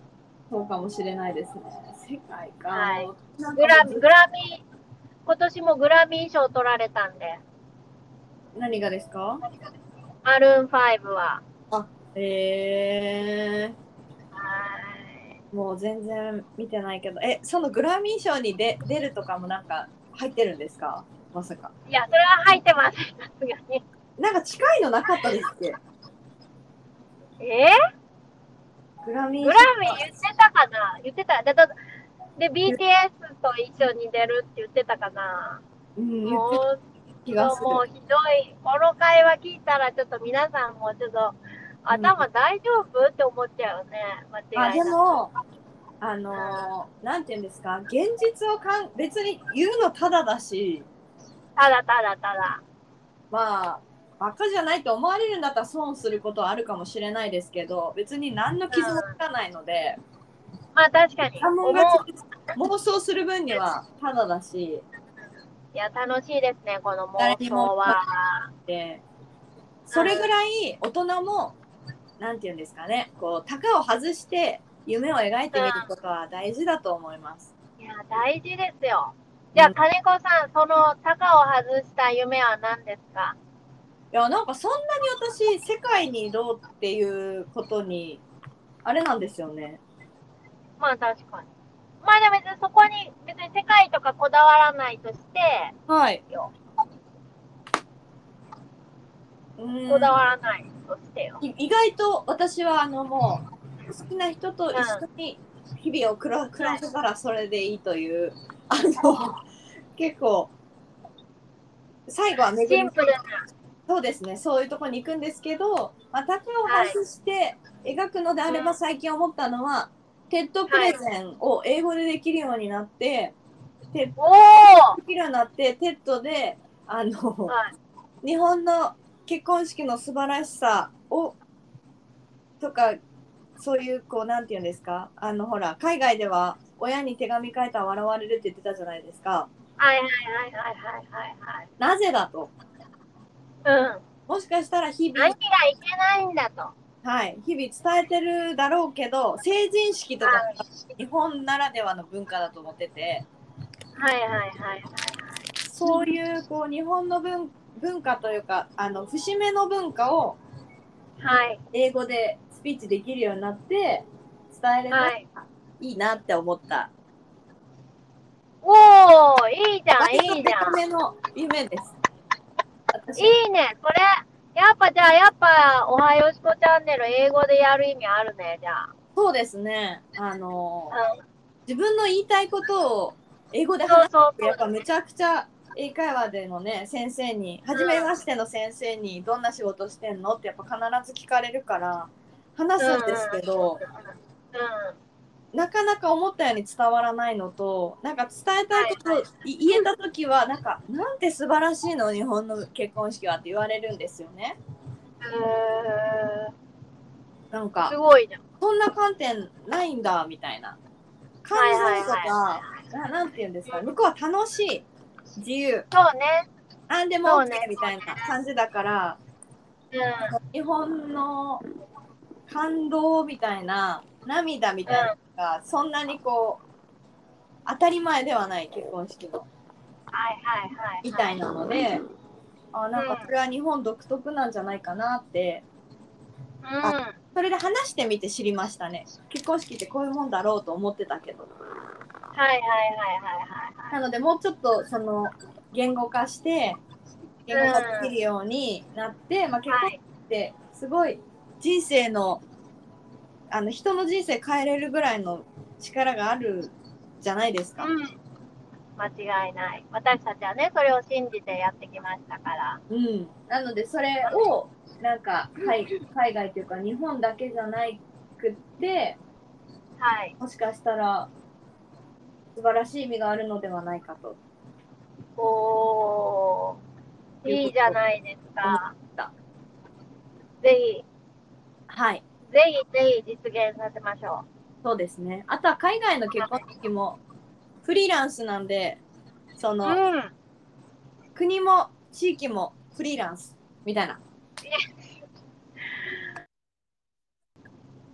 [SPEAKER 2] そうかもしれないですね。世界か。
[SPEAKER 1] はい
[SPEAKER 2] なんか
[SPEAKER 1] グラグラミー、今年もグラミー賞取られたんで、
[SPEAKER 2] 何がですか
[SPEAKER 1] マルーン5は。
[SPEAKER 2] え
[SPEAKER 1] はい
[SPEAKER 2] ー、もう全然見てないけど、え、そのグラミー賞にで出るとかもなんか入ってるんですかまさか。
[SPEAKER 1] いや、それは入ってません、さすがに。
[SPEAKER 2] なんか近いのなかったですっけ
[SPEAKER 1] え
[SPEAKER 2] グラミー
[SPEAKER 1] グラミー言ってたかな言ってた。だだで、BTS と一緒に出るって言ってたかな
[SPEAKER 2] うん、言って
[SPEAKER 1] もう
[SPEAKER 2] た気がする。
[SPEAKER 1] もうひどい、この会話聞いたら、ちょっと皆さんもちょっと、頭大丈夫って思っちゃうよね、間
[SPEAKER 2] あ
[SPEAKER 1] 違い
[SPEAKER 2] で
[SPEAKER 1] なく。
[SPEAKER 2] もあのーなんて言うんですか現実をかん別に言うのただだした
[SPEAKER 1] だただただ。
[SPEAKER 2] まあバカじゃないと思われるんだったら損することはあるかもしれないですけど別に何の傷もつかないので、
[SPEAKER 1] まあ確かに。
[SPEAKER 2] 関門
[SPEAKER 1] 思う
[SPEAKER 2] がつ妄想する分にはただだし
[SPEAKER 1] いや、楽しいですね、この
[SPEAKER 2] 誰
[SPEAKER 1] 妄
[SPEAKER 2] にも
[SPEAKER 1] 想は。
[SPEAKER 2] でそれぐらい大人もなんて言うんですかねこう高を外して夢を描いてみることは大事だと思います。
[SPEAKER 1] いや、大事ですよ。じゃあ、
[SPEAKER 2] うん
[SPEAKER 1] 金子さん、その、高を外した夢は何ですか
[SPEAKER 2] いやなんかそんなに私世界に移動っていうことにあれなんですよね。
[SPEAKER 1] まあ、確かに。まあ、でも別にそこに、別に世界とかこだわらないとして、
[SPEAKER 2] はい。
[SPEAKER 1] よ
[SPEAKER 2] うん
[SPEAKER 1] こだわらないとしてよ。
[SPEAKER 2] い意外と私はあのもう好きな人と一緒に日々を暮ら暮らせたらそれでいいという、あの結構最後は巡
[SPEAKER 1] シ
[SPEAKER 2] り
[SPEAKER 1] ンプルな、
[SPEAKER 2] そうですねそういうとこに行くんですけど、まあ、竹を外して描くのであれば
[SPEAKER 1] うん
[SPEAKER 2] 最近思ったのは、テッドプレゼンを英語でできるようになって、テッ
[SPEAKER 1] おー
[SPEAKER 2] ドできるようになってテッドであの
[SPEAKER 1] はい
[SPEAKER 2] 日本の結婚式の素晴らしさをとかそういうこうなんて言うんですかあのほら海外では親に手紙書いたら笑われるって言ってたじゃないですか
[SPEAKER 1] はいはいはいはいはい
[SPEAKER 2] なぜだと
[SPEAKER 1] はいはい。うん。
[SPEAKER 2] もしかしたら日
[SPEAKER 1] 何
[SPEAKER 2] 々
[SPEAKER 1] がいけないんだと。
[SPEAKER 2] はい、日々伝えてるだろうけど成人式とか
[SPEAKER 1] はい
[SPEAKER 2] 日本ならではの文化だと思ってて
[SPEAKER 1] はいはいはいはい。
[SPEAKER 2] そういうこう日本の文文化というかあの節目の文化を
[SPEAKER 1] はい。
[SPEAKER 2] 英語でスピーチできるようになって伝えれば
[SPEAKER 1] はいい。
[SPEAKER 2] いなって思った、
[SPEAKER 1] おー、いいじゃん、
[SPEAKER 2] 割と
[SPEAKER 1] いいじゃん。
[SPEAKER 2] 夢の夢です私
[SPEAKER 1] いいね、これ。やっぱじゃあ、やっぱ、おはよしこチャンネル、英語でやる意味あるね、じゃあ。
[SPEAKER 2] そうですねあのー
[SPEAKER 1] うん
[SPEAKER 2] 自分の言いたいことを英語で
[SPEAKER 1] (laughs) そう
[SPEAKER 2] 話す
[SPEAKER 1] そう
[SPEAKER 2] やっぱめちゃくちゃ英会話でのね先生に初めましての先生にどんな仕事してんのってやっぱ必ず聞かれるから話すんですけど、
[SPEAKER 1] う
[SPEAKER 2] なかなか思ったように伝わらないのとなんか伝えたいことを
[SPEAKER 1] はい
[SPEAKER 2] い言えた時はなんか「なんて素晴らしいの日本の結婚式は」って言われるんですよね。
[SPEAKER 1] ん。
[SPEAKER 2] なん
[SPEAKER 1] す
[SPEAKER 2] か
[SPEAKER 1] ごいじゃん。
[SPEAKER 2] そんな観点ないんだみたいな。感動とか、ななんて言うんですか、向こうは楽しい、自由、
[SPEAKER 1] そうね。
[SPEAKER 2] なんでも
[SPEAKER 1] そう
[SPEAKER 2] OK
[SPEAKER 1] ね
[SPEAKER 2] みたいな感じだから、
[SPEAKER 1] うん。
[SPEAKER 2] 日本の感動みたいな、涙みたいなのが、そんなにこう、当たり前ではない結婚式の、
[SPEAKER 1] はいはいはい。
[SPEAKER 2] みたいなので、あなん
[SPEAKER 1] う
[SPEAKER 2] か
[SPEAKER 1] ん
[SPEAKER 2] これは日本独特なんじゃないかなって、
[SPEAKER 1] うん。
[SPEAKER 2] それで話してみて知りましたね。結婚式ってこういうもんだろうと思ってたけど。
[SPEAKER 1] はいはいはいはいはい。
[SPEAKER 2] なのでもうちょっとその言語化して言語化できるようになって、まあ、結
[SPEAKER 1] は
[SPEAKER 2] 婚
[SPEAKER 1] い。
[SPEAKER 2] ってすごい人生のあの人の人生変えれるぐらいの力があるじゃないですか。
[SPEAKER 1] うん。間違いない。私たちはね、それを信じてやってきましたから。
[SPEAKER 2] うん、なのでそれをなんか海海外というか日本だけじゃなくって
[SPEAKER 1] はい。
[SPEAKER 2] もしかしたら素晴らしい意味があるのではないかと。
[SPEAKER 1] おー。いいじゃないですか
[SPEAKER 2] た。
[SPEAKER 1] ぜひ、
[SPEAKER 2] はい
[SPEAKER 1] ぜひぜひ実現させましょ。
[SPEAKER 2] そうですね。あとは海外の結婚式もフリーランスなんで、そうの、
[SPEAKER 1] うん。
[SPEAKER 2] 国も地域もフリーランスみたいな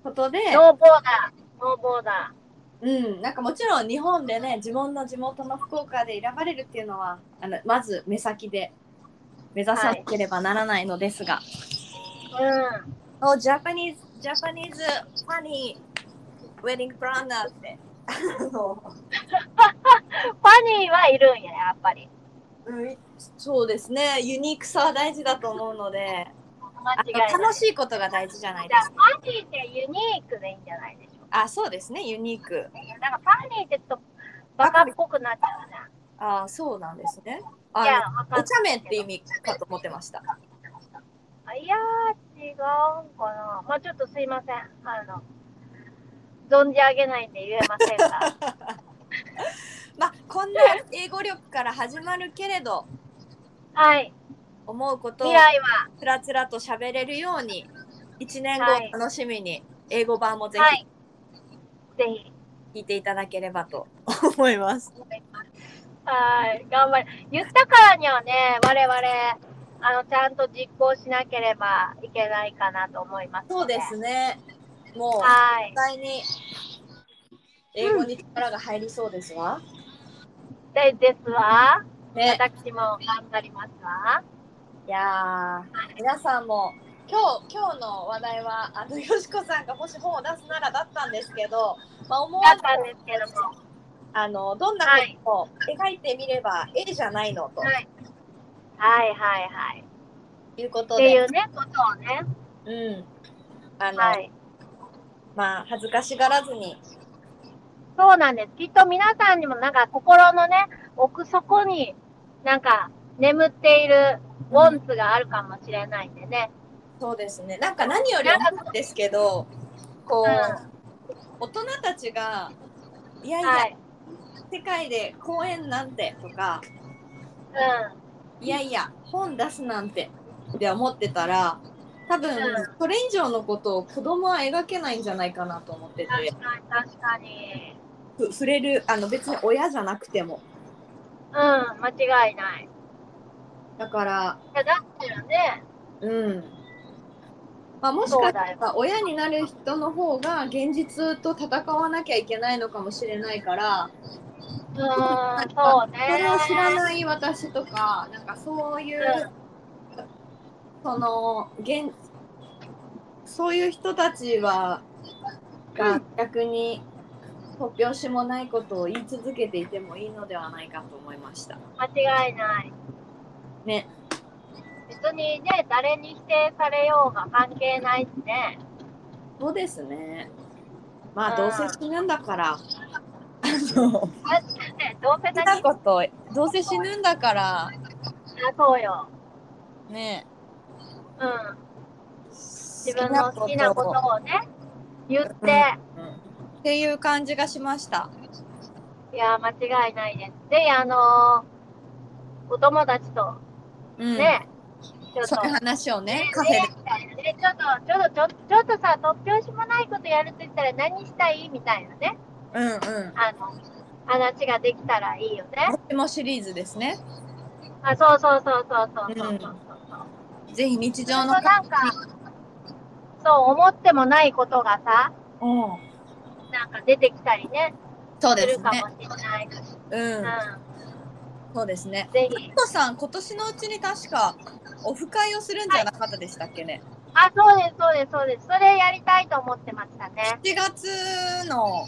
[SPEAKER 2] ことで、
[SPEAKER 1] ノーボーダー。ノーボーダ
[SPEAKER 2] うん、なんかもちろん日本でね、自分の地元の福岡で選ばれるっていうのは、あのまず目先で目指さなければならないのですが、
[SPEAKER 1] ー。うん。
[SPEAKER 2] おジャパニーズ、ジャパニーズファニーウェディングプランナーって、 (laughs) あの
[SPEAKER 1] ファニーはいるんや、やっぱり。
[SPEAKER 2] うん、そうですねユニークさは大事だと思うので
[SPEAKER 1] 間
[SPEAKER 2] あ
[SPEAKER 1] 違い
[SPEAKER 2] と
[SPEAKER 1] ない。
[SPEAKER 2] 楽しいことが大事じゃない
[SPEAKER 1] じ
[SPEAKER 2] で
[SPEAKER 1] ゃあ、
[SPEAKER 2] す
[SPEAKER 1] フ
[SPEAKER 2] か
[SPEAKER 1] ァニーってユニークでいいんじゃないでしょう
[SPEAKER 2] あそうですねユニーク
[SPEAKER 1] かね。なんかファニーってちょっとバカっぽくなっちゃうじゃん。
[SPEAKER 2] あそうなんです
[SPEAKER 1] い
[SPEAKER 2] ね
[SPEAKER 1] や
[SPEAKER 2] あ、
[SPEAKER 1] わか
[SPEAKER 2] お
[SPEAKER 1] る
[SPEAKER 2] 茶目って意味かと思ってました
[SPEAKER 1] いやー、違うんかな。まあちょっとすいません。あの、存じ上げないんで言えません
[SPEAKER 2] (laughs)
[SPEAKER 1] が。
[SPEAKER 2] まあこんな英語力から始まるけれど
[SPEAKER 1] はい。
[SPEAKER 2] 思うことを
[SPEAKER 1] 未来は、
[SPEAKER 2] つらつらと喋れるように1年後
[SPEAKER 1] はい
[SPEAKER 2] を楽しみに英語版もぜ
[SPEAKER 1] はい。ぜひ。
[SPEAKER 2] ひ聞いていただければと (laughs) 思います、
[SPEAKER 1] はい。頑張れ。言ったからにはね、我々、あの、ちゃんと実行しなければいけないかなと思います、
[SPEAKER 2] そうです。ねもう
[SPEAKER 1] はい
[SPEAKER 2] 絶。対に英語に力が入りそうですわ。
[SPEAKER 1] で、ですわ。
[SPEAKER 2] ね、
[SPEAKER 1] 私も頑張りますわ。
[SPEAKER 2] いやー皆さんも今日今日の話題はあのよしこさんがもし本を出すならだったんですけど、まあ、思
[SPEAKER 1] だ
[SPEAKER 2] わ
[SPEAKER 1] っ
[SPEAKER 2] ず
[SPEAKER 1] たんですけども。
[SPEAKER 2] あのどんなことを描いてみれば絵じゃないのと
[SPEAKER 1] はい。はいはいはい。
[SPEAKER 2] いうこと
[SPEAKER 1] ってい
[SPEAKER 2] で、
[SPEAKER 1] うね、ことをね。
[SPEAKER 2] うんあの
[SPEAKER 1] はい。
[SPEAKER 2] まあ、恥ずかしがらずに
[SPEAKER 1] そうなんです。きっと皆さんにもなんか心のね、奥底になんか眠っているウォンツがあるかもしれないんでね。
[SPEAKER 2] そうですねなんか何より思うんですけどこう、大人たちがいやいや、
[SPEAKER 1] はい。
[SPEAKER 2] 世界で公演なんてとか
[SPEAKER 1] う
[SPEAKER 2] いやいや本出すなんてって思ってたら多分
[SPEAKER 1] うん
[SPEAKER 2] それ以上のことを子供は描けないんじゃないかなと思って
[SPEAKER 1] ん。
[SPEAKER 2] て
[SPEAKER 1] 確かに確かに。
[SPEAKER 2] ふ触れるあの別に親じゃなくても
[SPEAKER 1] うん、間違いない。い
[SPEAKER 2] だから
[SPEAKER 1] や、だったらね、
[SPEAKER 2] うん、まあ、もしかした
[SPEAKER 1] そう
[SPEAKER 2] ら親になる人の方が現実と戦わなきゃいけないのかもしれないから
[SPEAKER 1] う
[SPEAKER 2] な
[SPEAKER 1] ー
[SPEAKER 2] ん
[SPEAKER 1] ん、そ
[SPEAKER 2] か
[SPEAKER 1] うね。
[SPEAKER 2] それを知らない私とかなんかそういう、
[SPEAKER 1] うん
[SPEAKER 2] その現そういう人たちはが逆に突拍子もないことを言い続けていてもいいのではないかと思いました。
[SPEAKER 1] 間違いない。
[SPEAKER 2] ね、
[SPEAKER 1] 別にね、誰に否定されようが関係ないしね。
[SPEAKER 2] そうですね。まあど
[SPEAKER 1] うん
[SPEAKER 2] うせ死ぬんだから、あの
[SPEAKER 1] だってね、どうせ
[SPEAKER 2] 好きな
[SPEAKER 1] 何か
[SPEAKER 2] ことどうせ死ぬんだから
[SPEAKER 1] そうよ。
[SPEAKER 2] ね
[SPEAKER 1] うん。自分の好きなことをね、言って、
[SPEAKER 2] っていう感じがしました。
[SPEAKER 1] いやー、間違いないです。ぜひ、あのーお友達と
[SPEAKER 2] うん、
[SPEAKER 1] ね、ちょっと
[SPEAKER 2] そういう、話をねカフェで
[SPEAKER 1] ねみたいなねちょっと、ちょっと、ちょちょっとさ、突拍子もないことやると言ったら何したいみたいなね。
[SPEAKER 2] うんうん。
[SPEAKER 1] あの、話ができたらいいよね。
[SPEAKER 2] もしもシリーズですね。
[SPEAKER 1] あ、そうそうそうそうそうそうそううんそう。
[SPEAKER 2] ぜひ日
[SPEAKER 1] そ
[SPEAKER 2] 常の
[SPEAKER 1] なんか、そう思ってもないことがさ、
[SPEAKER 2] うん。
[SPEAKER 1] なんか出てきたりね、
[SPEAKER 2] そう
[SPEAKER 1] す
[SPEAKER 2] で
[SPEAKER 1] る
[SPEAKER 2] す
[SPEAKER 1] か
[SPEAKER 2] ね
[SPEAKER 1] も。しれない。
[SPEAKER 2] う
[SPEAKER 1] うん
[SPEAKER 2] ん。そうですね。
[SPEAKER 1] ぜ
[SPEAKER 2] ゆ
[SPEAKER 1] ひ。
[SPEAKER 2] っこさん、今年のうちに確かオフ会をするんじゃなかったでしたっけね。
[SPEAKER 1] あ、そうです、そうです、そうです。それやりたいと思ってましたね。
[SPEAKER 2] 7月の、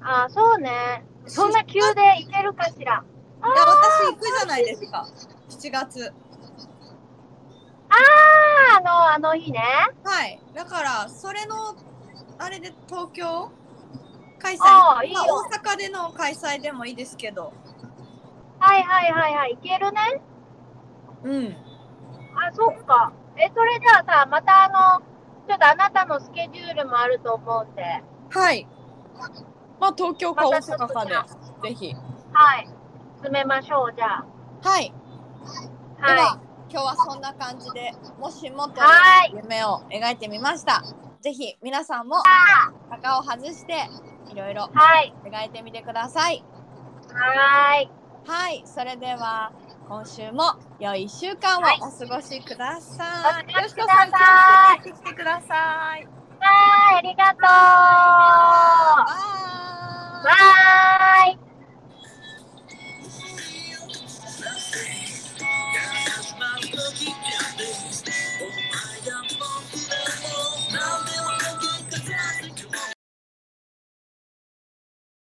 [SPEAKER 1] あ、そうね。そんな急で行けるかしら。あ
[SPEAKER 2] いや、私行くじゃないですか。7月。
[SPEAKER 1] あの、あの日ね。
[SPEAKER 2] はい。だから、それの、あれで東京開催、
[SPEAKER 1] ああいいよ
[SPEAKER 2] まあ大阪での開催でもいいですけど。
[SPEAKER 1] はいはいはいはい。行けるね。
[SPEAKER 2] うん。
[SPEAKER 1] あ、そっか。え、それじゃあさ、またあの、ちょっとあなたのスケジュールもあると思うんで。
[SPEAKER 2] はい。まあ、東京か
[SPEAKER 1] ま
[SPEAKER 2] 大
[SPEAKER 1] たちょっと
[SPEAKER 2] 阪か
[SPEAKER 1] じゃ
[SPEAKER 2] で、ぜひ。
[SPEAKER 1] はい。詰めましょう、じゃあ。
[SPEAKER 2] はい。で
[SPEAKER 1] は
[SPEAKER 2] は、今日はそんな感じで、もしもと
[SPEAKER 1] い。はい。
[SPEAKER 2] 夢を描いてみました。ぜひ、皆さんも、鷹を外して、いろいろ
[SPEAKER 1] はい。
[SPEAKER 2] 描いてみてください。
[SPEAKER 1] はい。
[SPEAKER 2] はい。それでは、今週も良い1週間を
[SPEAKER 1] はい
[SPEAKER 2] お過ごしくだ
[SPEAKER 1] お
[SPEAKER 2] さい。
[SPEAKER 1] 過ごし
[SPEAKER 2] よし
[SPEAKER 1] く
[SPEAKER 2] こ
[SPEAKER 1] だ
[SPEAKER 2] さん、
[SPEAKER 1] さい
[SPEAKER 2] 気をつけて来てください。
[SPEAKER 1] はい、ありがとう。